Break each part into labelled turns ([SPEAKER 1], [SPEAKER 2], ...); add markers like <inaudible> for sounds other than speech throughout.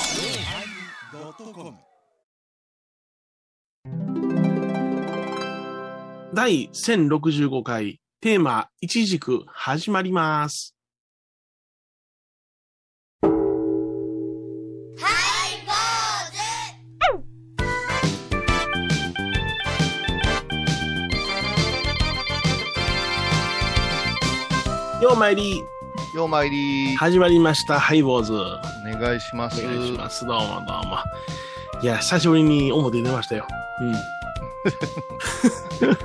[SPEAKER 1] yosmir
[SPEAKER 2] 第1065回テーマ「いちじく」始まります。ようまいり
[SPEAKER 3] ようまいり
[SPEAKER 2] 始まりましたハイボーズお
[SPEAKER 3] お願いします。
[SPEAKER 2] 願いしますどうもどうもいや久しぶりに表に出ましたようん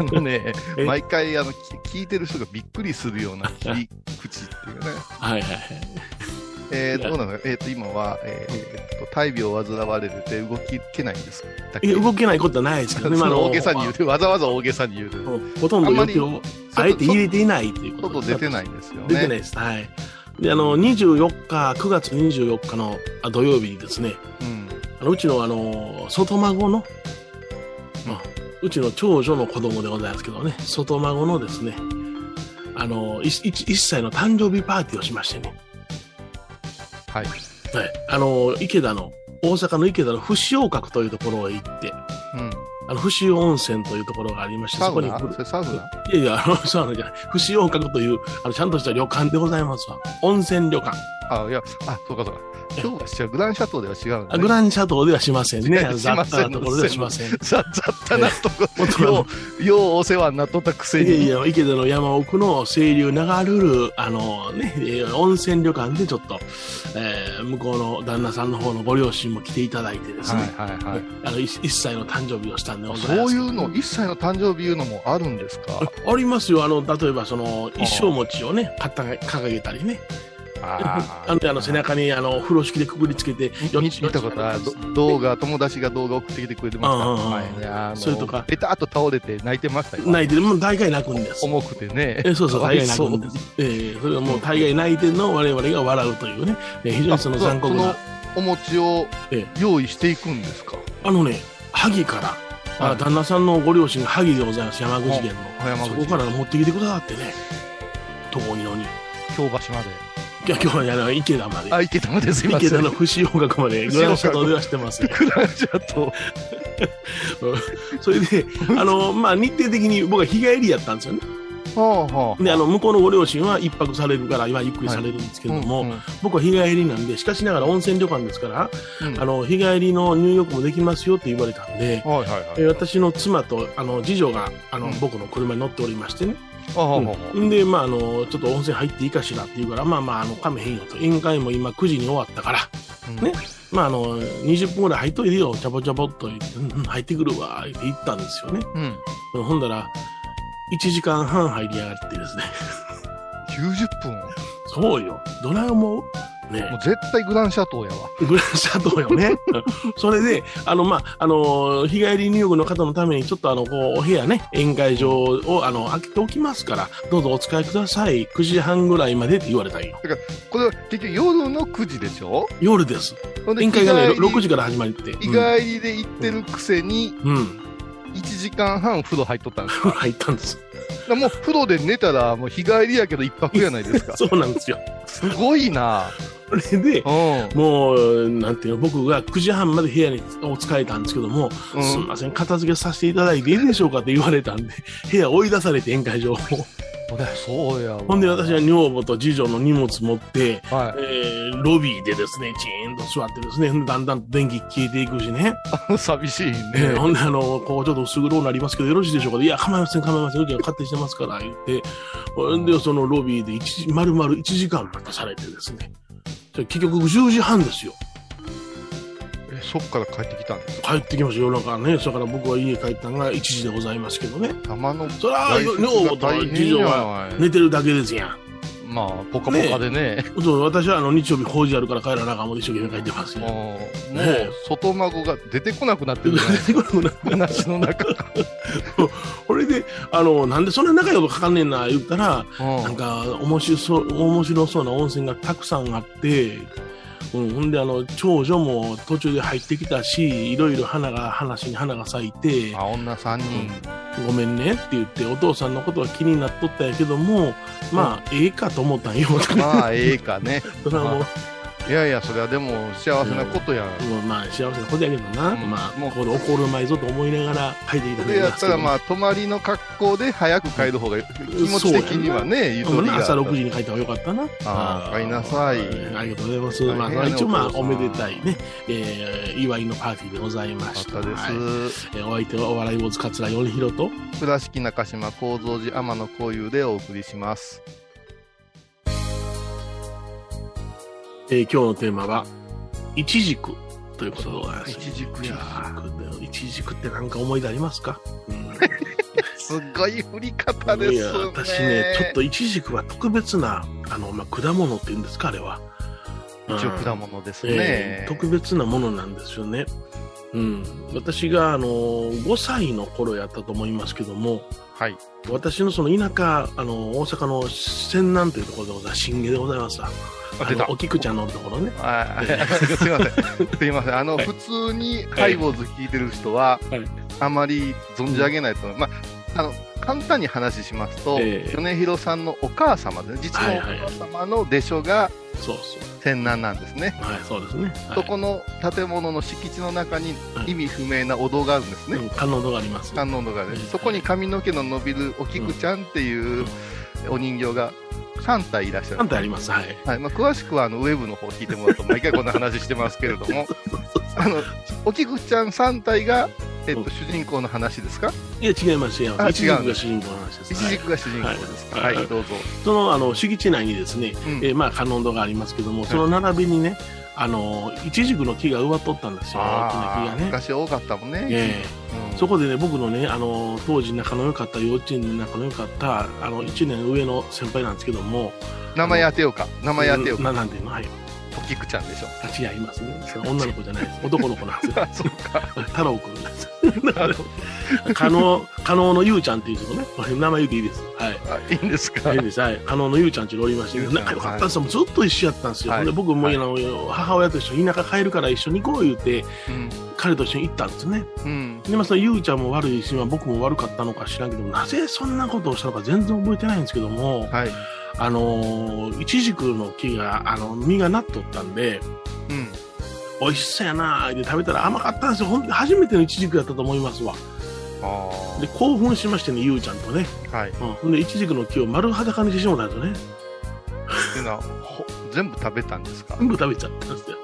[SPEAKER 3] あの <laughs> ね
[SPEAKER 2] え、
[SPEAKER 3] 毎回あのき聞いてる人がびっくりするよ
[SPEAKER 2] <laughs>
[SPEAKER 3] うな切り口っていうかね、
[SPEAKER 2] はいはいはい
[SPEAKER 3] え
[SPEAKER 2] い
[SPEAKER 3] ー、
[SPEAKER 2] や
[SPEAKER 3] どうなのえっ、と、今は、えーえーと大病を患われてて動けないんですだっけ
[SPEAKER 2] え動けないことはないですけ <laughs> どねまああの
[SPEAKER 3] 大げさに言うて、わざわざ大げさに言うて、
[SPEAKER 2] ほとんど予定を
[SPEAKER 3] 外
[SPEAKER 2] あえて入れていないっていうこと
[SPEAKER 3] 外出てないんですよね。
[SPEAKER 2] 出てないです。はい。で、あの、24日、9月24日のあ土曜日にですね、
[SPEAKER 3] うん。
[SPEAKER 2] あのうちの、あの、外孫の、まあ、うちの長女の子供でございますけどね、外孫のですね、あの、いい1歳の誕生日パーティーをしましてね、
[SPEAKER 3] はい。
[SPEAKER 2] はい。あの、池田の、大阪の池田の伏王閣というところへ行って、
[SPEAKER 3] うん。
[SPEAKER 2] あの、伏温泉というところがありまして、
[SPEAKER 3] サ
[SPEAKER 2] そこ
[SPEAKER 3] ウ
[SPEAKER 2] に
[SPEAKER 3] ナそれサウナ
[SPEAKER 2] いやいや、あの、そうなんじゃない。不使用閣という、あの、ちゃんとした旅館でございますわ。温泉旅館。
[SPEAKER 3] あ、いや、あ、そうかそうか。今日はしグランシャトーでは違うん
[SPEAKER 2] あ
[SPEAKER 3] だ、ね。
[SPEAKER 2] グランシャトーではしませんね。
[SPEAKER 3] いや
[SPEAKER 2] あの
[SPEAKER 3] し
[SPEAKER 2] 雑
[SPEAKER 3] ま
[SPEAKER 2] 多
[SPEAKER 3] せん
[SPEAKER 2] なところではしません。
[SPEAKER 3] <laughs> ざ雑多なとこ、
[SPEAKER 2] もっと
[SPEAKER 3] よう、ようお世話になっとったくせ
[SPEAKER 2] いやい
[SPEAKER 3] に。
[SPEAKER 2] や、池田の山奥の清流流れる、あのね、えー温泉旅館でちょっと、えー向こうの旦那さんの方のご両親も来ていただいてです
[SPEAKER 3] はい
[SPEAKER 2] ね、
[SPEAKER 3] はいはい。
[SPEAKER 2] あの、一一歳の誕生日をしたんでござい
[SPEAKER 3] そ
[SPEAKER 2] ま
[SPEAKER 3] う
[SPEAKER 2] す
[SPEAKER 3] い
[SPEAKER 2] けど
[SPEAKER 3] うの、1歳の誕生日言うのもあるんですか
[SPEAKER 2] あありますよ。あの、例えば、その、一生餅をね、掲げ掲げたりね。
[SPEAKER 3] あ
[SPEAKER 2] <laughs> あの、あの背中に、あの、風呂敷でくくりつけて、
[SPEAKER 3] 見見たことあるど動画、友達が動画送ってきてくれてま
[SPEAKER 2] うんうんうん
[SPEAKER 3] した。前ねあの
[SPEAKER 2] それとか
[SPEAKER 3] ベタっと倒れて泣いてましたよ。
[SPEAKER 2] 泣いてる、もう大概泣くんです。
[SPEAKER 3] 重くてね。
[SPEAKER 2] えそうそう、
[SPEAKER 3] かわ
[SPEAKER 2] 大概
[SPEAKER 3] い
[SPEAKER 2] 泣
[SPEAKER 3] そう
[SPEAKER 2] くんです。ええそれはもう大概泣いてるのを我々が笑うというね、えー非常にその残酷
[SPEAKER 3] あ
[SPEAKER 2] な、
[SPEAKER 3] そ
[SPEAKER 2] あ
[SPEAKER 3] のお餅を
[SPEAKER 2] え
[SPEAKER 3] 用意していくんですか
[SPEAKER 2] のね、萩から、あ
[SPEAKER 3] はい
[SPEAKER 2] 旦那さんのご両親が萩でございます、山口県
[SPEAKER 3] あ
[SPEAKER 2] の。
[SPEAKER 3] 山
[SPEAKER 2] そ
[SPEAKER 3] 口
[SPEAKER 2] こから持ってきてくださってね、遠いのに。い
[SPEAKER 3] 京橋まで。
[SPEAKER 2] や、今日はねあの池田まで。
[SPEAKER 3] あ、池田まですいませ
[SPEAKER 2] 池
[SPEAKER 3] ん。
[SPEAKER 2] 田の不死音楽まで、
[SPEAKER 3] 不死
[SPEAKER 2] グ
[SPEAKER 3] 音
[SPEAKER 2] ラ
[SPEAKER 3] 楽
[SPEAKER 2] ンシャトーではしてます。
[SPEAKER 3] クランシャと。
[SPEAKER 2] それで、あの、まあ、日程的に僕は日帰りやったんですよね。
[SPEAKER 3] はあは
[SPEAKER 2] で、あの、向こうのご両親は一泊されるから、今ゆっくりされるんですけ
[SPEAKER 3] あ
[SPEAKER 2] ども、
[SPEAKER 3] うんうん
[SPEAKER 2] 僕は日帰りなんで、しかしながら温泉旅館ですから、
[SPEAKER 3] うん
[SPEAKER 2] あの日帰りの入浴もできますよって言われたんで、
[SPEAKER 3] はいはいはい。
[SPEAKER 2] えー私の妻とあの次女があの、
[SPEAKER 3] うん
[SPEAKER 2] 僕の車に乗っておりましてね、
[SPEAKER 3] あはあ
[SPEAKER 2] う
[SPEAKER 3] はあ
[SPEAKER 2] ん、で、まああの、ちょっと温泉入っていいかしらって言うから、まあまあ、あのかめへんよと、宴会も今9時に終わったから、
[SPEAKER 3] うん
[SPEAKER 2] ねまあ、あの20分ぐらい入っといてよ、ちゃぼちゃぼっと言って、うんうん、入ってくるわって言ったんですよね。
[SPEAKER 3] うん。
[SPEAKER 2] うんほんだら、1時間半入りやがってですね、 <laughs>
[SPEAKER 3] 90分。
[SPEAKER 2] そうよ、どない思うねえ
[SPEAKER 3] もう絶対グランシャトーやわ。
[SPEAKER 2] グランシャトーよね。 <laughs> それで、あの、まあ、あの、日帰り入浴の方のために、ちょっとあの、こう、お部屋ね、宴会場を、あの、開けておきますから、どうぞお使いください。9時半ぐらいまでって言われたんよ。
[SPEAKER 3] これは結局夜の9時でしょ
[SPEAKER 2] 夜です。
[SPEAKER 3] ほんで
[SPEAKER 2] 宴会がね、
[SPEAKER 3] 日帰り
[SPEAKER 2] 6時から始まりって。
[SPEAKER 3] 日帰りで行ってるくせに、
[SPEAKER 2] うん。 <laughs> うん。
[SPEAKER 3] 1時間半風呂入っとっ
[SPEAKER 2] <laughs>
[SPEAKER 3] たんですよ。
[SPEAKER 2] 入ったんです。
[SPEAKER 3] だからもう風呂で寝たら、もう日帰りやけど一泊やないです
[SPEAKER 2] <laughs>
[SPEAKER 3] か。
[SPEAKER 2] そうなんですよ。
[SPEAKER 3] すごいな
[SPEAKER 2] それで、
[SPEAKER 3] うん。
[SPEAKER 2] もう、なんていうの、僕が9時半まで部屋にお使えたんですけども、
[SPEAKER 3] うん
[SPEAKER 2] すみません、片付けさせていただいていいでしょうかって言われたんで、部屋追い出されて宴会場を。
[SPEAKER 3] そりゃそうやわ。
[SPEAKER 2] ほんで私は女房と次女の荷物持って、
[SPEAKER 3] は
[SPEAKER 2] えーロビーでですね、チーンと座ってですね、だんだんと電気消えていくしね、
[SPEAKER 3] い。 <laughs> 寂しい
[SPEAKER 2] えー
[SPEAKER 3] ね。
[SPEAKER 2] ほんであの、こうちょっと薄黒になりますけど、よろしいでしょうかいや、構いません、構いません、うちは勝手にしてますから、言って、ほんで、そのロビーで一時、丸々1時間待たされてですね、それ結局10時半ですよ。
[SPEAKER 3] えそっから帰ってきたんです
[SPEAKER 2] 帰ってきました、夜中ね。それから僕は家帰ったのが1時でございますけどね。
[SPEAKER 3] 玉の
[SPEAKER 2] そら、女房と次女は
[SPEAKER 3] は
[SPEAKER 2] 寝てるだけですやん。
[SPEAKER 3] まあ、ポカポカでね。
[SPEAKER 2] そう私はあの日曜日法事あるから帰らなあかんも一生懸命帰ってますよ。
[SPEAKER 3] もう、も
[SPEAKER 2] ね
[SPEAKER 3] う外孫が出てこなくなってるじゃないです
[SPEAKER 2] 出てこなく <laughs> なる
[SPEAKER 3] か。話の中か
[SPEAKER 2] これで、あの、なんでそんな仲良くかかんねんな、言ったら、
[SPEAKER 3] ら。
[SPEAKER 2] なんか、面白そう、面白そうな温泉がたくさんあって、うん、ほんで、あの、長女も途中で入ってきたし、いろいろ花が、話に花が咲いて、
[SPEAKER 3] あ女3人、
[SPEAKER 2] ごめんねって言って、お父さんのことは気になっとったんやけども、まあ、ええかと思ったんよ、とかね
[SPEAKER 3] まあ、ええかね。
[SPEAKER 2] それはもう、
[SPEAKER 3] いやいや、それはでも幸せなことやん。
[SPEAKER 2] もうまあ、幸せなことやけどな、
[SPEAKER 3] うん
[SPEAKER 2] まあ、
[SPEAKER 3] も
[SPEAKER 2] もうこ
[SPEAKER 3] う
[SPEAKER 2] れ怒るまいぞと思いながら書いていただ
[SPEAKER 3] で
[SPEAKER 2] きま
[SPEAKER 3] やっ
[SPEAKER 2] すけ
[SPEAKER 3] た
[SPEAKER 2] ど
[SPEAKER 3] ら、まあ、泊まりの格好で早く帰る方が気持ち的にはね、ゆと
[SPEAKER 2] うん
[SPEAKER 3] りがあった
[SPEAKER 2] 朝6時に書いた方がよかったな。
[SPEAKER 3] あーおかえりなさい
[SPEAKER 2] ありがとうございます。
[SPEAKER 3] 大変やね
[SPEAKER 2] まあ、一応まあ、
[SPEAKER 3] お父さん
[SPEAKER 2] おめでたいね、えー、祝いのパーティーでございま
[SPEAKER 3] あっ
[SPEAKER 2] した。
[SPEAKER 3] たです。
[SPEAKER 2] はいえーお相手はお笑い坊主桂頼宏と、
[SPEAKER 3] 倉敷中島幸三寺天野幸雄でお送りします。
[SPEAKER 2] えー今日のテーマは、いちじくということでございます。
[SPEAKER 3] 一軸
[SPEAKER 2] い
[SPEAKER 3] や
[SPEAKER 2] やーいちじくってなんか思い出ありますか、
[SPEAKER 3] すごい振り方です
[SPEAKER 2] い
[SPEAKER 3] ね。
[SPEAKER 2] や私ねちょっといちじくは特別なあの、まあ、果物っていうんですかあれは
[SPEAKER 3] 一応
[SPEAKER 2] うん
[SPEAKER 3] 果物です
[SPEAKER 2] え
[SPEAKER 3] ね
[SPEAKER 2] ー。特別なものなんですよね。うん、私があの5歳の頃やったと思いますけども
[SPEAKER 3] はい。
[SPEAKER 2] 私のその田舎あの大阪の泉南というところでございます新家でございますわ
[SPEAKER 3] あ
[SPEAKER 2] あ
[SPEAKER 3] 出た
[SPEAKER 2] のお菊ちゃんのところね
[SPEAKER 3] あすいません。すいません。あの、
[SPEAKER 2] はい
[SPEAKER 3] 普通にハイボーズ聞いてる人は、
[SPEAKER 2] はい
[SPEAKER 3] あまり存じ上げないと思います。まあ、あの、簡単に話しますと、
[SPEAKER 2] ええ
[SPEAKER 3] 米広さんのお母様ですね。実のお母様の弟子が
[SPEAKER 2] そうそう
[SPEAKER 3] 天南なんですね。
[SPEAKER 2] はいそうですね、はい
[SPEAKER 3] そこの建物の敷地の中に
[SPEAKER 2] はい
[SPEAKER 3] 意味不明なお堂があるんですね。
[SPEAKER 2] うん観音堂があります
[SPEAKER 3] 観音堂があ
[SPEAKER 2] う
[SPEAKER 3] る
[SPEAKER 2] ん
[SPEAKER 3] そこに髪の毛の伸びるお菊ちゃんっていうお人形が3体いらっしゃ
[SPEAKER 2] 観
[SPEAKER 3] る。
[SPEAKER 2] ありますはい
[SPEAKER 3] はいまあ、詳しくはあのウェブの方聞いてもらうと毎回こんな話してますけれど
[SPEAKER 2] <laughs>
[SPEAKER 3] もあのお菊ちゃん3体が、えっと
[SPEAKER 2] うん
[SPEAKER 3] 主人公の話ですか
[SPEAKER 2] いや違います違い
[SPEAKER 3] あ
[SPEAKER 2] ますいちじ
[SPEAKER 3] 違う
[SPEAKER 2] く
[SPEAKER 3] んだ
[SPEAKER 2] が主人公の話です、
[SPEAKER 3] い
[SPEAKER 2] は
[SPEAKER 3] ち
[SPEAKER 2] い
[SPEAKER 3] じくが主人公ですかは、
[SPEAKER 2] はいい
[SPEAKER 3] どうぞ、
[SPEAKER 2] そのあの敷地内にですね、
[SPEAKER 3] うん
[SPEAKER 2] えーまあ、観音堂がありますけども、その並びにね、あのいちじくの木が植わっとったんですよ、大き
[SPEAKER 3] あ
[SPEAKER 2] な
[SPEAKER 3] ー
[SPEAKER 2] 木がね。
[SPEAKER 3] 昔多かったもんね、
[SPEAKER 2] ええ
[SPEAKER 3] うん
[SPEAKER 2] そこでね、僕のね、あの当時仲の良かった、幼稚園で仲の良かった、あの1年上の先輩なんですけども、
[SPEAKER 3] 名前当てようか名前当てようか、
[SPEAKER 2] ななんていうの、はい、
[SPEAKER 3] お菊ちゃんでしょ <laughs>
[SPEAKER 2] 立ち合いますね、その女の子じゃないです、男の子なんですよ、
[SPEAKER 3] あそうか
[SPEAKER 2] 太郎君なんです。加納加納のゆうちゃんっていう人ね、これ名前言うていいです。はい
[SPEAKER 3] あいいんですか
[SPEAKER 2] 変です、はい、あのゆうちゃんちにおりまして、
[SPEAKER 3] ゆうちゃん
[SPEAKER 2] 仲良かったんですよ、もうずっと一緒やったんですよ、
[SPEAKER 3] はい
[SPEAKER 2] で僕も、
[SPEAKER 3] はい
[SPEAKER 2] あの母親と一緒に田舎帰るから一緒に行こう言うて、
[SPEAKER 3] うん、
[SPEAKER 2] 彼と一緒に行ったんですね、
[SPEAKER 3] うん、
[SPEAKER 2] でまあ、そのゆうちゃんも悪いし、まあ、僕も悪かったのか知らんけど、なぜそんなことをしたのか全然覚えてないんですけども、
[SPEAKER 3] はい、
[SPEAKER 2] あのー、いちじくの木が、あの実がなっとったんで、
[SPEAKER 3] うん、
[SPEAKER 2] 美味しそうやなで食べたら甘かったんですよ、ほん初めてのいちじくやったと思いますわ、
[SPEAKER 3] あ
[SPEAKER 2] で興奮しましてね、ゆうちゃんとね、
[SPEAKER 3] あはいっ
[SPEAKER 2] うん、ほんでいちじくの木を丸裸にしてしまったんですよね、
[SPEAKER 3] ていうのはほ全部食べたんですか
[SPEAKER 2] 全部食べちゃったんですよ。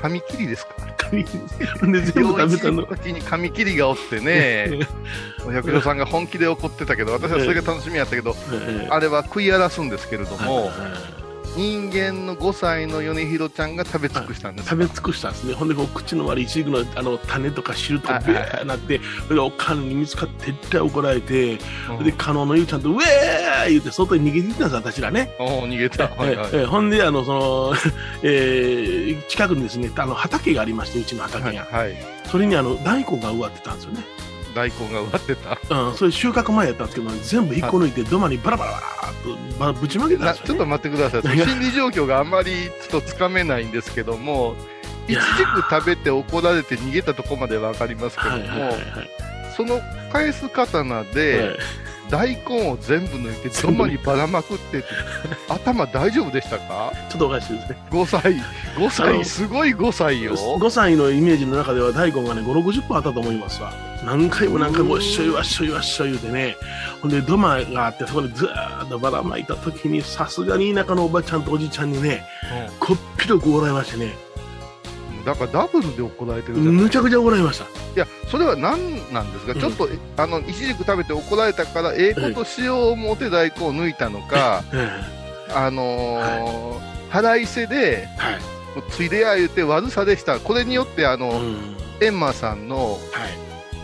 [SPEAKER 3] 紙切りですか
[SPEAKER 2] 紙切りで全部食べたの。
[SPEAKER 3] 時に紙切りがおって
[SPEAKER 2] <laughs>
[SPEAKER 3] ね百条さんが本気で怒ってたけど私はそれが楽しみやったけど
[SPEAKER 2] ええ
[SPEAKER 3] あれは食い荒らすんですけれど
[SPEAKER 2] はい
[SPEAKER 3] も
[SPEAKER 2] はい
[SPEAKER 3] 人間の5歳の米広ちゃんが食べ尽くしたんです
[SPEAKER 2] 食べ尽くしたんですね。ほんで、こう口の悪いイチジクのあの種とか汁とか
[SPEAKER 3] はい
[SPEAKER 2] ビャーなって、それがおかんに見つかって、絶対怒られて、
[SPEAKER 3] うん
[SPEAKER 2] で、加納のゆうちゃんと、ウェーイ言って、外に逃げていったんです、私らね。
[SPEAKER 3] おう逃げたはいは
[SPEAKER 2] え
[SPEAKER 3] い
[SPEAKER 2] えええほんで、あの、そ <laughs> の、えー近くにですね、あの畑がありまして、うちの
[SPEAKER 3] は
[SPEAKER 2] 畑
[SPEAKER 3] い
[SPEAKER 2] が。
[SPEAKER 3] はい
[SPEAKER 2] それに、あの、大根が植わってたんですよね。
[SPEAKER 3] 大根が植わってた
[SPEAKER 2] うん、それ収穫前やったんですけど、全部引っこ抜いて、土間にバラバラバラーっとばぶちまけたん
[SPEAKER 3] な
[SPEAKER 2] です
[SPEAKER 3] ち
[SPEAKER 2] よ、
[SPEAKER 3] ょっ
[SPEAKER 2] ね。
[SPEAKER 3] と待ってく
[SPEAKER 2] <laughs>
[SPEAKER 3] ださい心理状況があんまりちょっとつかめないんですけどもいち
[SPEAKER 2] い
[SPEAKER 3] じ
[SPEAKER 2] や
[SPEAKER 3] く
[SPEAKER 2] ー
[SPEAKER 3] 食べて怒られて逃げたとこまでわかりますけど
[SPEAKER 2] はいはいはい
[SPEAKER 3] も
[SPEAKER 2] はい。
[SPEAKER 3] その返す刀で、
[SPEAKER 2] はい
[SPEAKER 3] 大根を全部抜いてどまにばらまくっ
[SPEAKER 2] <laughs>
[SPEAKER 3] てって頭大丈夫でしたか
[SPEAKER 2] ちょっとおかしいですね。
[SPEAKER 3] 5歳5
[SPEAKER 2] あの
[SPEAKER 3] 歳 <laughs> すごい5歳よ
[SPEAKER 2] 5歳のイメージの中では大根がね560本あったと思いますわ何回も何回も
[SPEAKER 3] う
[SPEAKER 2] わ
[SPEAKER 3] ん
[SPEAKER 2] っしょいわっしょいわっしょい言うてねほんで土間があってそこでずーっとばらまいた時にさすがに田舎のおばちゃんとおじちゃんにねこっぴどく怒られましてね
[SPEAKER 3] うんだからダブルで怒られてるじゃんい
[SPEAKER 2] むちゃくちゃ怒られました
[SPEAKER 3] やそれは何なんですか、
[SPEAKER 2] うん
[SPEAKER 3] ちょっとあのいちじく食べて怒られたからええことしよう思って大根を抜いたのか、
[SPEAKER 2] え
[SPEAKER 3] あのー腹いせで
[SPEAKER 2] えはい
[SPEAKER 3] もうついでや言うて悪さでしたこれによってあ
[SPEAKER 2] う
[SPEAKER 3] の、
[SPEAKER 2] ん
[SPEAKER 3] エンマさんの
[SPEAKER 2] はい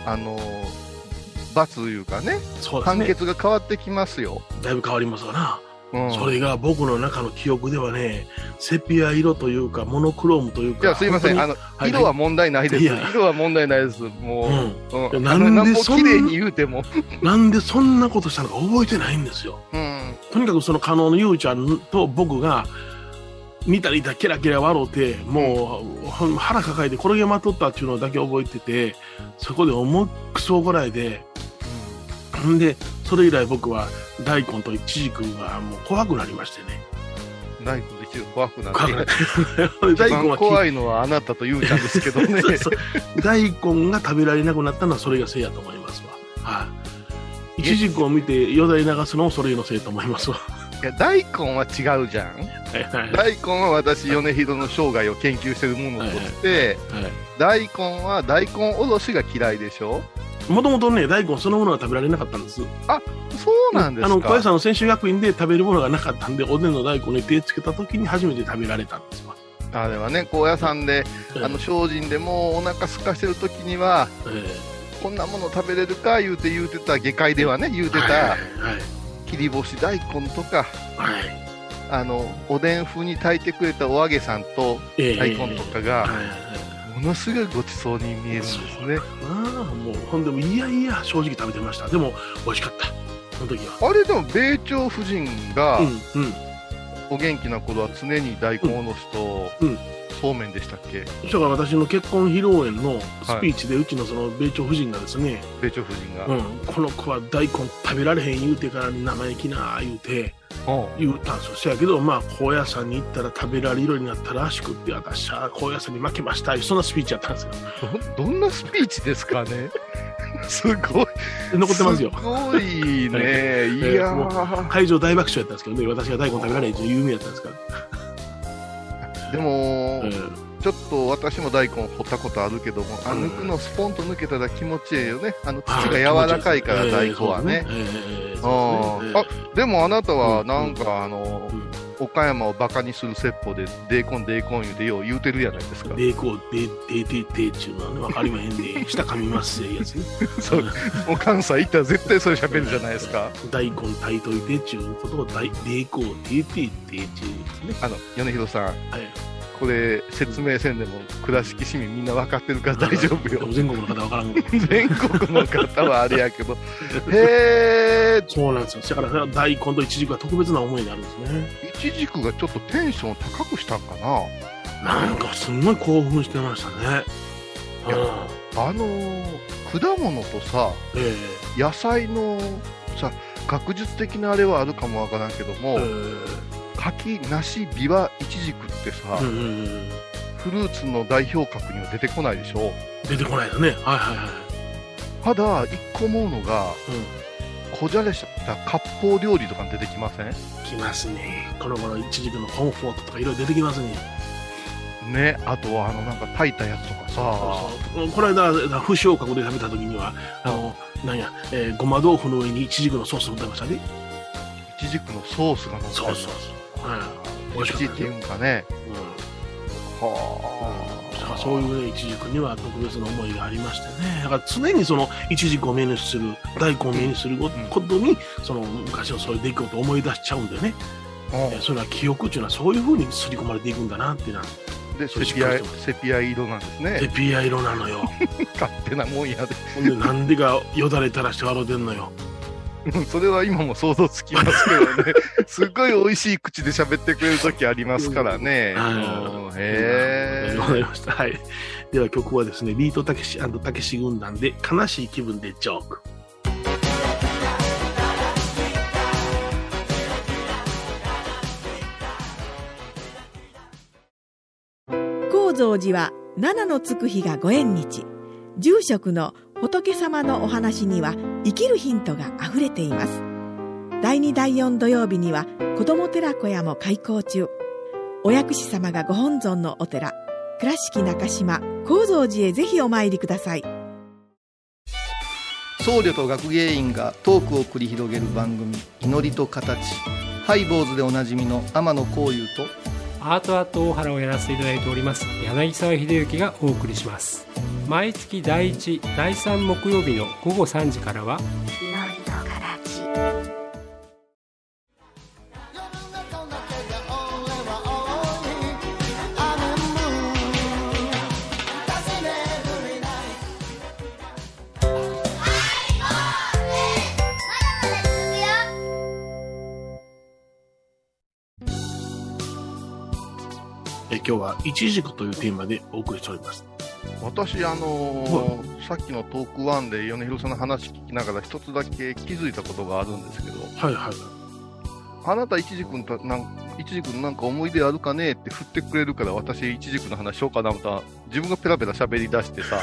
[SPEAKER 3] あのー罰というかね
[SPEAKER 2] そうです
[SPEAKER 3] 判
[SPEAKER 2] ね
[SPEAKER 3] 決が変わってきますよ、
[SPEAKER 2] だいぶ変わりますわな、
[SPEAKER 3] うん、
[SPEAKER 2] それが僕の中の記憶ではねセピア色というかモノクロームという
[SPEAKER 3] い
[SPEAKER 2] か
[SPEAKER 3] や、すいません。あ
[SPEAKER 2] 本
[SPEAKER 3] の、
[SPEAKER 2] 当に
[SPEAKER 3] 色は問題ないです。
[SPEAKER 2] いや
[SPEAKER 3] 色は問題ないです。
[SPEAKER 2] はいう
[SPEAKER 3] も
[SPEAKER 2] ん
[SPEAKER 3] う、うん。
[SPEAKER 2] いや
[SPEAKER 3] あの
[SPEAKER 2] なんで
[SPEAKER 3] ぼ
[SPEAKER 2] そんな
[SPEAKER 3] 綺麗に言うても。
[SPEAKER 2] なんでそんなことしたのか覚えてないんですよ
[SPEAKER 3] うん。
[SPEAKER 2] とにかくその加納のゆうちゃんと僕が見たりたケラケラ笑うてもうほん腹抱えて転げまとったっていうのだけ覚えててそこで重くそ怒られてんで、それ以来僕は大根とイチジクがもう怖くなりましてね。
[SPEAKER 3] 大根で一応怖くなって
[SPEAKER 2] 怖くな <laughs> 大
[SPEAKER 3] 一
[SPEAKER 2] 根
[SPEAKER 3] 番
[SPEAKER 2] は
[SPEAKER 3] 怖いのはあなたとゆうちゃんですけどね。
[SPEAKER 2] <laughs> そうそう大根が食べられなくなったのはそれがせいやと思いますわ。はい、イチジクを見てよだれ流すのもそれのせいと思いますわ。
[SPEAKER 3] いや大根は違うじゃん。
[SPEAKER 2] はいはいはい
[SPEAKER 3] 大根は私、米広の生涯を研究してるものとして、大根は大根おろしが嫌いでしょ
[SPEAKER 2] もともとね、大根そのものは食べられなかったんです。
[SPEAKER 3] そうなんです
[SPEAKER 2] あ
[SPEAKER 3] か。
[SPEAKER 2] の、小屋さんの専修学院で食べるものがなかったんで、おでんの大根に手つけた時に初めて食べられたんですわ。
[SPEAKER 3] あれはね、高野山で、
[SPEAKER 2] うん
[SPEAKER 3] あの精進でもうお腹空かしてる時には、
[SPEAKER 2] え
[SPEAKER 3] こんなもの食べれるか言うて言うてた、下界ではね、言う
[SPEAKER 2] え
[SPEAKER 3] てた、
[SPEAKER 2] はい
[SPEAKER 3] 切り干し大根とか、
[SPEAKER 2] はいはい。
[SPEAKER 3] あの、おでん風に炊いてくれたお揚げさんと
[SPEAKER 2] ええ
[SPEAKER 3] 大根とか
[SPEAKER 2] はい
[SPEAKER 3] が、
[SPEAKER 2] はいはい
[SPEAKER 3] ものすごいごちそうに見えるんですね。
[SPEAKER 2] ああもうほんでもいやいや正直食べてましたでも美味しかったその時は
[SPEAKER 3] あれでも、米朝夫人が、
[SPEAKER 2] うんうん
[SPEAKER 3] お元気な頃は常に大根おろしと
[SPEAKER 2] うん、
[SPEAKER 3] そうめんでしたっけ、
[SPEAKER 2] そしたら私の結婚披露宴のスピーチで、うちのその米朝夫人がですね、
[SPEAKER 3] 米朝夫人が。
[SPEAKER 2] うん、この子は大根食べられへん言うてから生意気な言うて
[SPEAKER 3] うん
[SPEAKER 2] 言うたんですよそやけどまあ高野山に行ったら食べられるようになったらしくって私は高野山に負けましたそんなスピーチやったんですよ
[SPEAKER 3] どどんなスピーチですか
[SPEAKER 2] <laughs>
[SPEAKER 3] ねすごい。
[SPEAKER 2] 残ってますよ
[SPEAKER 3] すご
[SPEAKER 2] <laughs> は
[SPEAKER 3] い
[SPEAKER 2] い
[SPEAKER 3] ね。いやー
[SPEAKER 2] 会場大爆笑やったんですけどね私が大根食べられへんっていう有名やったんですから、
[SPEAKER 3] でも、
[SPEAKER 2] えー
[SPEAKER 3] ちょっと私も大根掘ったことあるけども、あ
[SPEAKER 2] うん
[SPEAKER 3] 抜くのスポンと抜けたら気持ちええよね。あの土が柔らかいから大根はね。
[SPEAKER 2] えー
[SPEAKER 3] あ
[SPEAKER 2] そうですねえーそうですねえー
[SPEAKER 3] ーあでもあなたはなん
[SPEAKER 2] う
[SPEAKER 3] かあの
[SPEAKER 2] うん、
[SPEAKER 3] 岡山をバカにする説法で、デーコンデーコン言うてよう言うてるやないですか。
[SPEAKER 2] でこうででででっていうのはね分かりまへんで、
[SPEAKER 3] <laughs>
[SPEAKER 2] 下噛みますってやつね
[SPEAKER 3] そうもう関西行ったら絶対それ喋るじゃないですか。
[SPEAKER 2] 大根炊いといてっていうことを大でこうでででっていうですね
[SPEAKER 3] あの、米広さん、
[SPEAKER 2] はい
[SPEAKER 3] これ説明せんでも倉敷市民みんな分かってるから大丈夫
[SPEAKER 2] で
[SPEAKER 3] よ
[SPEAKER 2] も。全国の方分からんけど
[SPEAKER 3] 全国の方はあれやけ
[SPEAKER 2] <laughs>
[SPEAKER 3] ど。へえ、
[SPEAKER 2] そうなんですよだから大根とイチジクは特別な思いがあるんですね
[SPEAKER 3] いちじくがちょっとテンション高くしたんかな。
[SPEAKER 2] なんかすんごい興奮してましたね
[SPEAKER 3] いや
[SPEAKER 2] うん
[SPEAKER 3] あのー果物とさ
[SPEAKER 2] え
[SPEAKER 3] 野菜のさ学術的なあれはあるかもわからんけど
[SPEAKER 2] え
[SPEAKER 3] も、柿梨ビワイチジクってさ、
[SPEAKER 2] うんうんうん
[SPEAKER 3] フルーツの代表格には出てこないでしょ
[SPEAKER 2] 出てこないだねはいはいはい
[SPEAKER 3] ただ一個思うの
[SPEAKER 2] う
[SPEAKER 3] が
[SPEAKER 2] ん
[SPEAKER 3] こじゃれした割烹料理とかに出てきません
[SPEAKER 2] きますねこの頃イチジクのコンフォートとかいろいろ出てきますね
[SPEAKER 3] ねあとはあのなんか炊いたやつとかさ
[SPEAKER 2] そうこの間不織布で食べた時にはあのなんや、えーごま豆腐の上にイチジクのソースを食べましたね
[SPEAKER 3] イチジクのソースが乗って
[SPEAKER 2] そうそうそう、うん、美味しか
[SPEAKER 3] 口
[SPEAKER 2] っ
[SPEAKER 3] ったてい
[SPEAKER 2] ね、
[SPEAKER 3] うんかねは
[SPEAKER 2] うん、だからそういうねイチジクには特別な思いがありましてねだから常にそのイチジクを目にする大根を目にすることに、その昔のそういう出来事を思い出しちゃうんでね、
[SPEAKER 3] うん
[SPEAKER 2] えーそれは記憶っていうのはそういうふうに刷り込まれていくんだなっていうのは
[SPEAKER 3] で
[SPEAKER 2] それ
[SPEAKER 3] セ
[SPEAKER 2] しっ
[SPEAKER 3] ピ
[SPEAKER 2] かり
[SPEAKER 3] ア
[SPEAKER 2] してます
[SPEAKER 3] セピア色なんですね
[SPEAKER 2] セピア色なのよ
[SPEAKER 3] <laughs>
[SPEAKER 2] <laughs>
[SPEAKER 3] 勝手なもんやで
[SPEAKER 2] ほんでなんでかよだれ垂らして笑うてんのよ
[SPEAKER 3] うんそれは今も想像つきますけどねすっごい美味しい口で喋ってくれる時ありますからね、うんへ
[SPEAKER 2] わかりました。はい。では曲はですね、ビートたけしたけし軍団で悲しい気分でジョーク。
[SPEAKER 1] 高蔵寺は七のつく日がご縁日住職の仏様のお話には生きるヒントがあふれています第2第4土曜日には子ども寺小屋も開校中お薬師様がご本尊のお寺倉敷中島・高蔵寺へぜひお参りください
[SPEAKER 4] 僧侶と学芸員がトークを繰り広げる番組「祈りと形」ハイボーズでおなじみの天野幸雄と
[SPEAKER 5] アートアート大原をやらせていただいております柳沢秀幸がお送りします毎月第1第3木曜日の午後3時からは
[SPEAKER 2] え今日はイチジクというテーマでお送りしております。
[SPEAKER 3] 私、あのーさっきのトークワンで米広さんの話聞きながら一つだけ気づいたことがあるんですけど、
[SPEAKER 2] はいはい。
[SPEAKER 3] あなた、いちじくんとなん、いちじくんなんか思い出あるかねって振ってくれるから、私、いちじくんの話しようかなと思ったら自分がペラペラ喋り出してさ、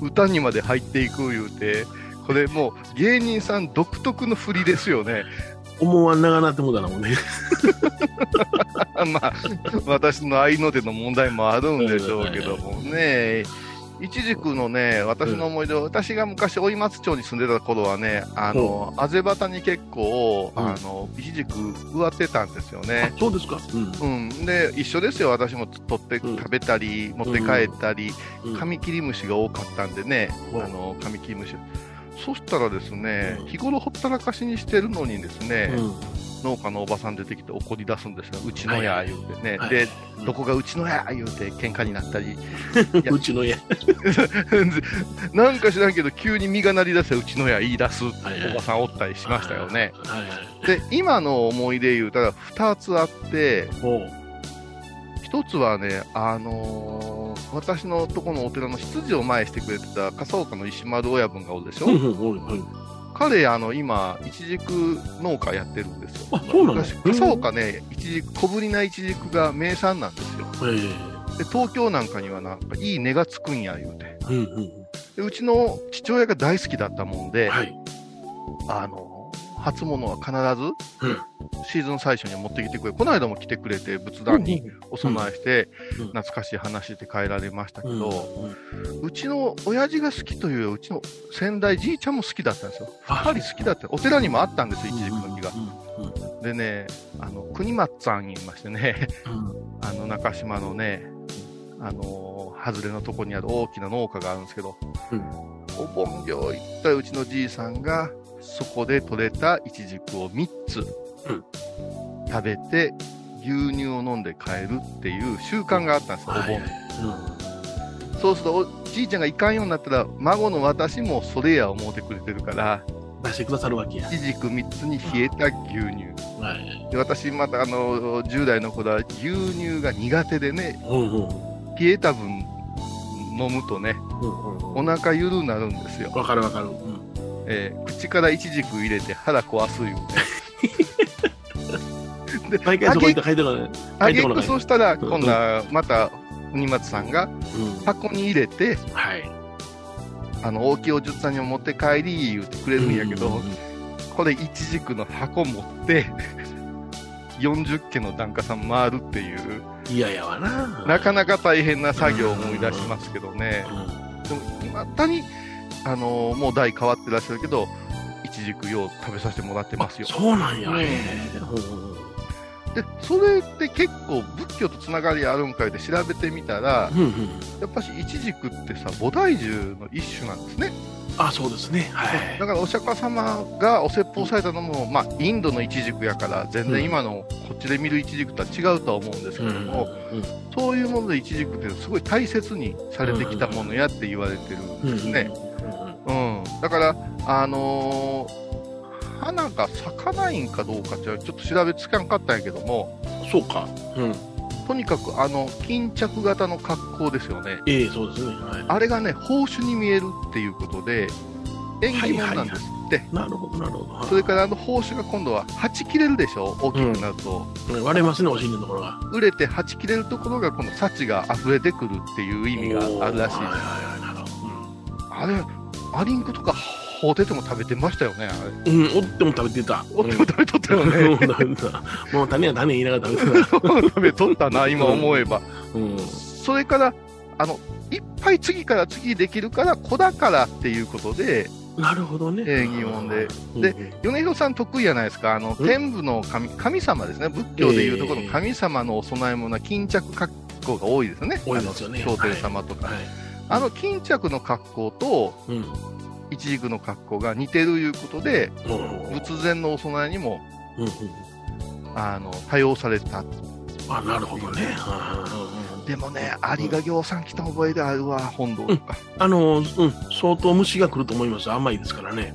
[SPEAKER 3] 歌にまで入っていく言うて、これもう芸人さん独特の振りですよね。
[SPEAKER 2] 思わんながなってもうたなもんね。
[SPEAKER 3] <laughs> まあ、私の愛の手の問題もあるんでしょうけどもね。いちじくのね、私の思い出は、私が昔、大井松町に住んでた頃はね、あの、あぜ端に結構、
[SPEAKER 2] うん
[SPEAKER 3] あの、いちじく植わってたんですよ
[SPEAKER 2] あ
[SPEAKER 3] ね。
[SPEAKER 2] <laughs> そうですか。うん
[SPEAKER 3] うん。で、一緒ですよ。私も取って
[SPEAKER 2] うん
[SPEAKER 3] 食べたり、持って帰ったり、カミキリムシが多かったんでね、
[SPEAKER 2] うん
[SPEAKER 3] あの、カミキリムシ。そしたらですね
[SPEAKER 2] うん、
[SPEAKER 3] 日頃ほったらかしにしてるのにですね、
[SPEAKER 2] うん
[SPEAKER 3] 農家のおばさん出てきて怒り出すんですよ、うちの
[SPEAKER 2] は
[SPEAKER 3] や
[SPEAKER 2] い
[SPEAKER 3] 言うてね、
[SPEAKER 2] はい
[SPEAKER 3] で、どこがうちのや言うて喧嘩になったり、 <laughs> や
[SPEAKER 2] うちの家。
[SPEAKER 3] なんか知らんけど、急に身が鳴り出して、うちのや言い出すお
[SPEAKER 2] はいはい
[SPEAKER 3] ばさんおったりしましたよね。
[SPEAKER 2] はいはい。
[SPEAKER 3] で、今の思い出言うたら、2つあって、
[SPEAKER 2] おう
[SPEAKER 3] 1つはね、あのー私のとこのお寺の執事を前にしてくれてた笠岡の石丸親分がおるでしょ、
[SPEAKER 2] うんうんうんうん。
[SPEAKER 3] 彼、あの今、いちじく農家やってるんですよ。
[SPEAKER 2] あ、そうなの
[SPEAKER 3] 昔笠岡ね、いちじく小ぶりないちじくが名産なんですよ。
[SPEAKER 2] うんえ
[SPEAKER 3] で東京なんかにはなんかいい根がつくんや言うて
[SPEAKER 2] えうんうん。
[SPEAKER 3] でうちの父親が大好きだったもんで、
[SPEAKER 2] はい。
[SPEAKER 3] あの初物は必ず
[SPEAKER 2] うん
[SPEAKER 3] シーズン最初に持ってきてくれこの間も来てくれて仏壇にお供えして、
[SPEAKER 2] うん
[SPEAKER 3] 懐かしい話で帰られましたけ
[SPEAKER 2] うん
[SPEAKER 3] ど、うちの親父が好きというよりうちの先代じいちゃんも好きだったんですよ
[SPEAKER 2] あ
[SPEAKER 3] 2人好きだったお寺にもあったんですよ一軸の木が、
[SPEAKER 2] うんうん
[SPEAKER 3] でねあの国松さん言いましてね
[SPEAKER 2] うん
[SPEAKER 3] あの中島のね、あのー外れのとこにある大きな農家があるんですけど、
[SPEAKER 2] うん
[SPEAKER 3] お盆行行ったうちのじいさんが、そこで採れたイチジクを3つ、
[SPEAKER 2] うん
[SPEAKER 3] 食べて、牛乳を飲んで帰るっていう習慣があったんですよ、お盆。
[SPEAKER 2] はいはい
[SPEAKER 3] そうするとお、じいちゃんがいかんようになったら、孫の私もそれや思うてくれてるから、
[SPEAKER 2] うん出してくださるわけや
[SPEAKER 3] イ。チジク3つに冷えた牛乳。
[SPEAKER 2] はい。
[SPEAKER 3] で私、またあのー、10代の頃は牛乳が苦手でね、
[SPEAKER 2] うんうん。
[SPEAKER 3] 冷えた分飲むとね、
[SPEAKER 2] うんう
[SPEAKER 3] お
[SPEAKER 2] ん
[SPEAKER 3] 腹ゆるなるんですよ。
[SPEAKER 2] わかるわかる。うん
[SPEAKER 3] えー口からイチジク入れて腹壊すいうね。
[SPEAKER 2] 毎回そこ行ったら帰ってこない。
[SPEAKER 3] あ
[SPEAKER 2] 入って
[SPEAKER 3] げ
[SPEAKER 2] こなかった
[SPEAKER 3] くそうしたら、今度はまた、鬼松さんが
[SPEAKER 2] うん
[SPEAKER 3] 箱に入れて、
[SPEAKER 2] はい。
[SPEAKER 3] あの、大きいおじゅさんにも持って帰り、言ってくれるんやけ
[SPEAKER 2] う
[SPEAKER 3] ど、これイチジクの箱持って、40家の檀家さん回るっていう、
[SPEAKER 2] んいやいやわな。
[SPEAKER 3] なかなか大変な作業を思い出しますけどね。
[SPEAKER 2] うん
[SPEAKER 3] でも、いまだに、あのーもう代変わってらっしゃるけど、イチジクよう食べさせてもらってますよ。
[SPEAKER 2] そうなんや
[SPEAKER 3] うん。
[SPEAKER 2] へえうんうん
[SPEAKER 3] で、それって結構仏教とつながりあるんかいで調べてみたら、
[SPEAKER 2] うんうん
[SPEAKER 3] やっぱしイチジクってさ、菩提樹の一種なんですね。
[SPEAKER 2] あ、そうですね。はい
[SPEAKER 3] だ。からお釈迦様がお説法されたのも、まあ、インドのイチジクやから、全然今のこっちで見るイチジクとは違うとは思うんですけども、
[SPEAKER 2] うん
[SPEAKER 3] そういうものでイチジクってすごい大切にされてきたものやって言われてるんですね。うん、だから、あのー花が咲かないんかどうかっていうのはちょっと調べつかんかったんやけども、
[SPEAKER 2] そうか。うん。
[SPEAKER 3] とにかくあの巾着型の格好ですよね、
[SPEAKER 2] ええ、そうですね。は
[SPEAKER 3] あれがね、宝珠に見えるっていうことで、縁起物なんですって、
[SPEAKER 2] い。なるほど、なるほど。
[SPEAKER 3] それからあの宝珠が今度ははち切れるでしょ、大きくなると、
[SPEAKER 2] うん割れますね、お尻のところが。
[SPEAKER 3] 売れてはち切れるところが、この幸が溢れてくるっていう意味があるらしい
[SPEAKER 2] おーはい
[SPEAKER 3] です。
[SPEAKER 2] はいはいなるほどうん
[SPEAKER 3] あれアリンクとか放てても食べてましたよね、あれ。
[SPEAKER 2] うん、おっても食べてた。
[SPEAKER 3] おっても食べとったよね。
[SPEAKER 2] うん <laughs> 食べてたもう種は種言いながら食べてた。
[SPEAKER 3] 食べとったな、今思えば。
[SPEAKER 2] うん。
[SPEAKER 3] それから、あの、いっぱい次から次できるから、子だからっていうことで、
[SPEAKER 2] なるほどね。
[SPEAKER 3] ええ疑問で
[SPEAKER 2] うん。
[SPEAKER 3] で米広さん得意じゃないですか、あの、
[SPEAKER 2] うん
[SPEAKER 3] 天部の神、神様ですね、仏教でいうところ
[SPEAKER 2] え
[SPEAKER 3] の
[SPEAKER 2] え
[SPEAKER 3] 神様のお供え物は巾着格好が多いですね。
[SPEAKER 2] 多いですよね
[SPEAKER 3] あの聖天様とか。
[SPEAKER 2] はい。
[SPEAKER 3] あの巾着の格好と、
[SPEAKER 2] うん。
[SPEAKER 3] イチジクの格好が似てるいうことで、
[SPEAKER 2] うん
[SPEAKER 3] 仏前のお供えにも、
[SPEAKER 2] うんうん
[SPEAKER 3] あの、多用された。
[SPEAKER 2] あ、なるほどね。
[SPEAKER 3] でもね、アリが行さん来た覚えであるわ、本堂とか。
[SPEAKER 2] あの、うん、相当虫が来ると思います。甘いですからね。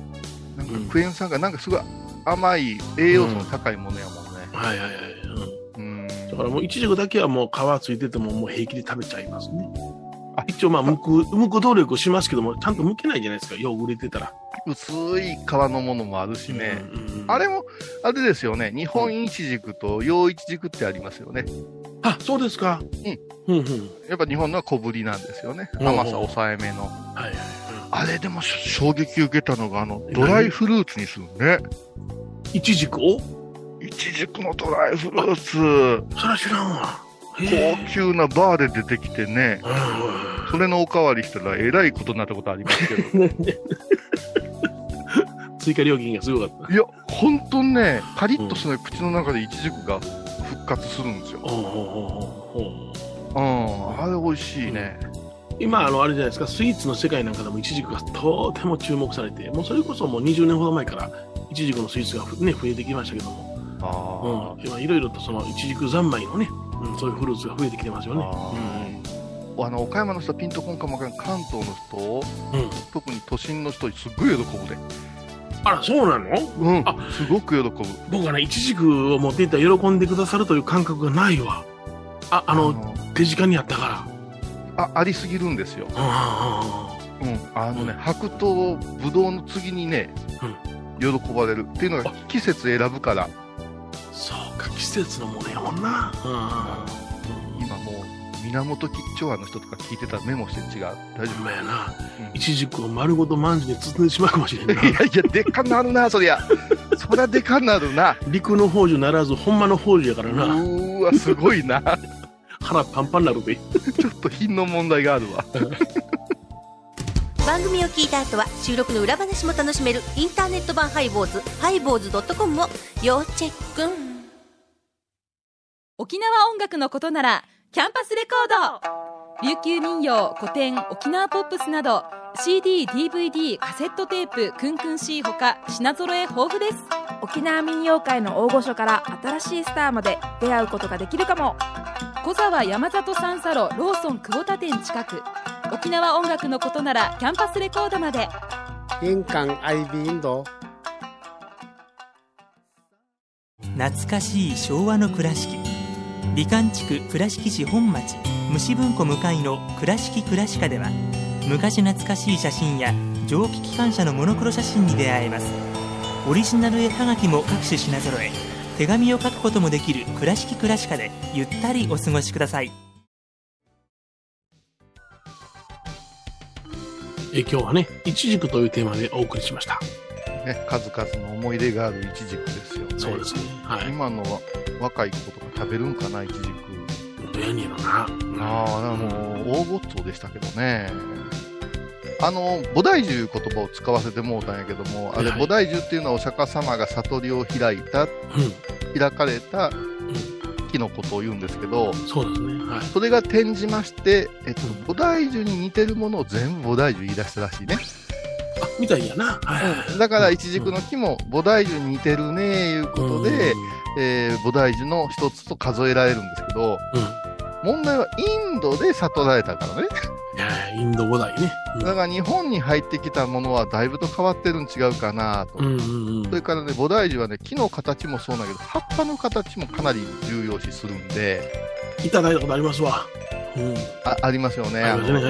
[SPEAKER 3] なん
[SPEAKER 2] うん
[SPEAKER 3] かクエン酸がなんかすごい甘い栄養素の高いものやもんね。
[SPEAKER 2] はいはいはい。うん
[SPEAKER 3] うん。
[SPEAKER 2] だからもう、いちじくだけはもう皮ついててももう平気で食べちゃいますね。一応まあ、向く、向く努力しますけども、ちゃんと向けないじゃないですか、よう売れてたら。
[SPEAKER 3] 薄い皮のものもあるしね。
[SPEAKER 2] うんうん
[SPEAKER 3] あれも、あれですよね。日本イチジクと洋イチジクってありますよね。
[SPEAKER 2] あ、そうですか。うん。うんうん。
[SPEAKER 3] やっぱ日本のは小ぶりなんですよね。
[SPEAKER 2] うん
[SPEAKER 3] 甘さ抑えめの。
[SPEAKER 2] はいはい。
[SPEAKER 3] あれでもし衝撃受けたのが、あの、ドライフルーツにするね。
[SPEAKER 2] いちじくを
[SPEAKER 3] イチジクのドライフルーツ、
[SPEAKER 2] そら知らんわ。へ
[SPEAKER 3] 高級なバーで出てきてね。
[SPEAKER 2] え。うん
[SPEAKER 3] それのおかわりしたら、えらいことになったことありますけど。
[SPEAKER 2] <laughs> 追加料金がすごかった。
[SPEAKER 3] いや、ほんとね、パリッとする口の中でイチジクが復活するんですよ。
[SPEAKER 2] おうおうおうおうおう
[SPEAKER 3] うん、あれ美味しいね。
[SPEAKER 2] 今、あの、あれじゃないですか、スイーツの世界なんかでもイチジクがとても注目されて、もうそれこそもう20年ほど前から、イチジクのスイーツがね、増えてきましたけども、う
[SPEAKER 3] あ
[SPEAKER 2] ん、今いろいろとそのイチジク三昧のね、うん、そういうフルーツが増えてきてますよ
[SPEAKER 3] ー
[SPEAKER 2] ね。
[SPEAKER 3] あーあの岡山の人はピンとこんかもわからん関東の人
[SPEAKER 2] うんうん、
[SPEAKER 3] 特に都心の人すっごい喜ぶで
[SPEAKER 2] あら、そうなの
[SPEAKER 3] うん
[SPEAKER 2] あ
[SPEAKER 3] すごく喜ぶ
[SPEAKER 2] 僕はね、イチジクを持っていったら喜んでくださるという感覚がないわ。あ、あ
[SPEAKER 3] あ
[SPEAKER 2] の、
[SPEAKER 3] の
[SPEAKER 2] 手近にあったか
[SPEAKER 3] あありすぎるんですよ、
[SPEAKER 2] ら。あ
[SPEAKER 3] うん、あのね白桃ぶどうの次にね、喜ばれるっていうのが季節選ぶから
[SPEAKER 2] あ、そうか、季節のものやもんな。うん
[SPEAKER 3] 今もう源吉兆庵の人とか聞いてたらメモして違う大丈
[SPEAKER 2] ほんまやな。
[SPEAKER 3] 夫、 <laughs>
[SPEAKER 2] イチジクを丸ごとまんじゅうに包んでしまうかもし <laughs> れんな
[SPEAKER 3] い。やいやでかなるなそりゃそりゃでかなるな
[SPEAKER 2] 陸の宝珠ならず、ほんまの宝珠やか
[SPEAKER 3] う
[SPEAKER 2] らな。
[SPEAKER 3] ーわすごいな
[SPEAKER 2] 腹パンパンになるで。
[SPEAKER 3] ちょっと品の問題があるわ
[SPEAKER 6] 番組を聞いた後は収録の裏話も楽しめるインターネット版ハイボーズハイボーズ .com を要チェック
[SPEAKER 7] 沖縄音楽のことならキャンパスレコード琉球民謡古典沖縄ポップスなど CDDVD カセットテープクンクン C ほか品揃え豊富です
[SPEAKER 8] 沖縄民謡界の大御所から新しいスターまで出会うことができるかも
[SPEAKER 7] 小沢山里三佐路ローソン久保田店近く沖縄音楽のことならキャンパスレコードまで
[SPEAKER 9] 玄関アイビーインド
[SPEAKER 10] 懐かしい昭和の倉敷美観地区倉敷市本町虫文庫向かいの「倉敷倉歯科」では昔懐かしい写真や蒸気機関車のモノクロ写真に出会えますオリジナル絵はがきも各種品揃え手紙を書くこともできる「倉敷倉歯科」でゆったりお過ごしください
[SPEAKER 2] え今日はね、イチジクというテーマでお送りしました。
[SPEAKER 3] ね、数々の思い出があるイチジクですよね。
[SPEAKER 2] そうですね。はい。
[SPEAKER 3] 今の若い子とか食べるんかな、イチジク。
[SPEAKER 2] どやにやろな。
[SPEAKER 3] ああ、でも、大ごっつうでしたけどね。あの、菩提樹いう言葉を使わせてもうたんやけども、あれ、
[SPEAKER 2] はい
[SPEAKER 3] 菩提樹っていうのはお釈迦様が悟りを開いた、
[SPEAKER 2] う
[SPEAKER 3] 開かれた木のことを言うんですけど、
[SPEAKER 2] ん、そうですね。はい。
[SPEAKER 3] それが転じまして、えっと、菩提樹に似てるものを全部菩提樹言い出したらしいね。
[SPEAKER 2] あ、みたいやな。はいはいはい。
[SPEAKER 3] だから、イチジクの木も菩提樹に似てるねいうことで、えー、菩提樹の一つと数えられるんですけど、
[SPEAKER 2] うん、うん。
[SPEAKER 3] 問題はインドで悟られたからね。
[SPEAKER 2] いやインド五代ね。
[SPEAKER 3] だから日本に入ってきたものはだいぶと変わってるん違うかなと。
[SPEAKER 2] うん、うん、うんうん。
[SPEAKER 3] それからね、菩提樹はね、木の形もそうだけど、葉っぱの形もかなり重要視するんで、
[SPEAKER 2] いただいたことありますわ。うん。
[SPEAKER 3] あありますよね、
[SPEAKER 2] あ
[SPEAKER 3] あ
[SPEAKER 2] りますね
[SPEAKER 3] のお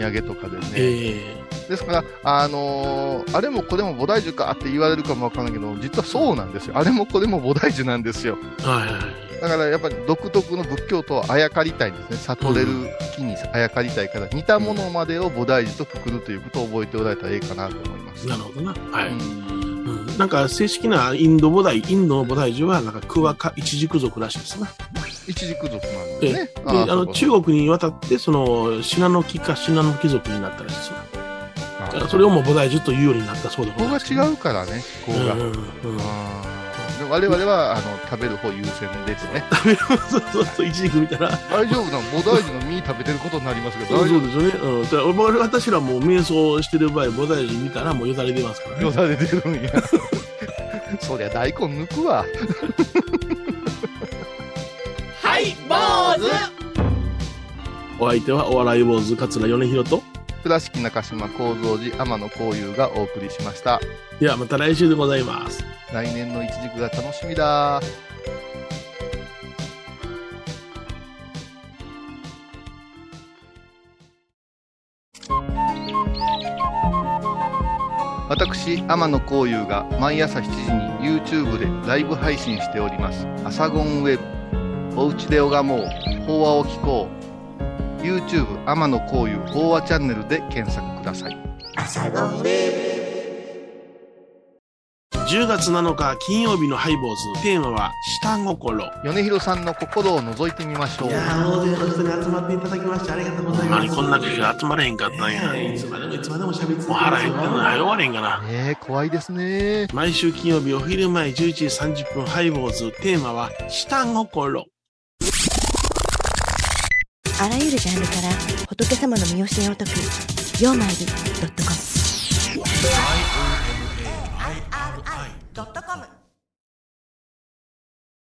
[SPEAKER 2] はい
[SPEAKER 3] 土産とかでね。
[SPEAKER 2] ええ
[SPEAKER 3] ですから、あのーあれもこれも菩提樹かって言われるかもわからないけど、実はそうなんですよ。あれもこれも菩提樹なんですよ。
[SPEAKER 2] はいはいはい。
[SPEAKER 3] だからやっぱり独特の仏教とあやかりたいんですね悟れる木にあやかりたいから、似たものまでを菩提樹とくくるということを覚えておられたらいいかなと思います。
[SPEAKER 2] なるほどな。はい。
[SPEAKER 3] う
[SPEAKER 2] うんんなんか正式なインド菩提、インドの菩提樹はなんかクワカイチジク族らしいですな。
[SPEAKER 3] 一軸族なんですね。
[SPEAKER 2] で、あの中
[SPEAKER 3] 国
[SPEAKER 2] 国に渡ってそのシナノキかシナノキ族になったらしいですな。だからそれをもう菩提樹というようになったそうでご
[SPEAKER 3] こ
[SPEAKER 2] ざいま
[SPEAKER 3] こが
[SPEAKER 2] す。
[SPEAKER 3] 違うからね、ここが。
[SPEAKER 2] うんうん <laughs> うん。
[SPEAKER 3] あーで我々はあの食べる方優先です
[SPEAKER 2] <laughs>
[SPEAKER 3] ね。
[SPEAKER 2] そうそうそう、イチジク見たら、
[SPEAKER 3] 大丈夫なの菩提樹の実食べてることになりますけど、
[SPEAKER 2] そう
[SPEAKER 3] 大
[SPEAKER 2] です
[SPEAKER 3] 丈
[SPEAKER 2] よ
[SPEAKER 3] 夫
[SPEAKER 2] ね。うん。だから俺私らもう瞑想してる場合、菩提樹見たらもうよだれ出ますからね
[SPEAKER 3] よ。だれ出るんや。 <laughs> そりゃ大根抜くわ。
[SPEAKER 2] お相手はお笑い坊主桂米広と。
[SPEAKER 3] 倉敷中島幸三寺天野幸雄がお送りしました。
[SPEAKER 2] ではまた来週でございます。
[SPEAKER 3] 来年の一軸が楽しみだ。私天野幸雄が毎朝7時に YouTube でライブ配信しております「アサゴンウェブ」「おうちで拝もう法話を聞こう」YouTube 天野幸雄法話チャンネルで検索ください
[SPEAKER 2] 10月7日金曜日のハイボーズテーマは下心
[SPEAKER 3] 米広さんの心を覗いてみましょう
[SPEAKER 2] に集まっていただきましてありがとうございますこんな時が集まれへんかったんや、いつまでもいつまでも喋ってもう腹減ってんの早終われへんかな
[SPEAKER 3] え怖いですね
[SPEAKER 2] 毎週金曜日お昼前11時30分ハイボーズテーマは下心
[SPEAKER 11] あらゆるジャンルから仏様の身教えを解く「曜マイル .com」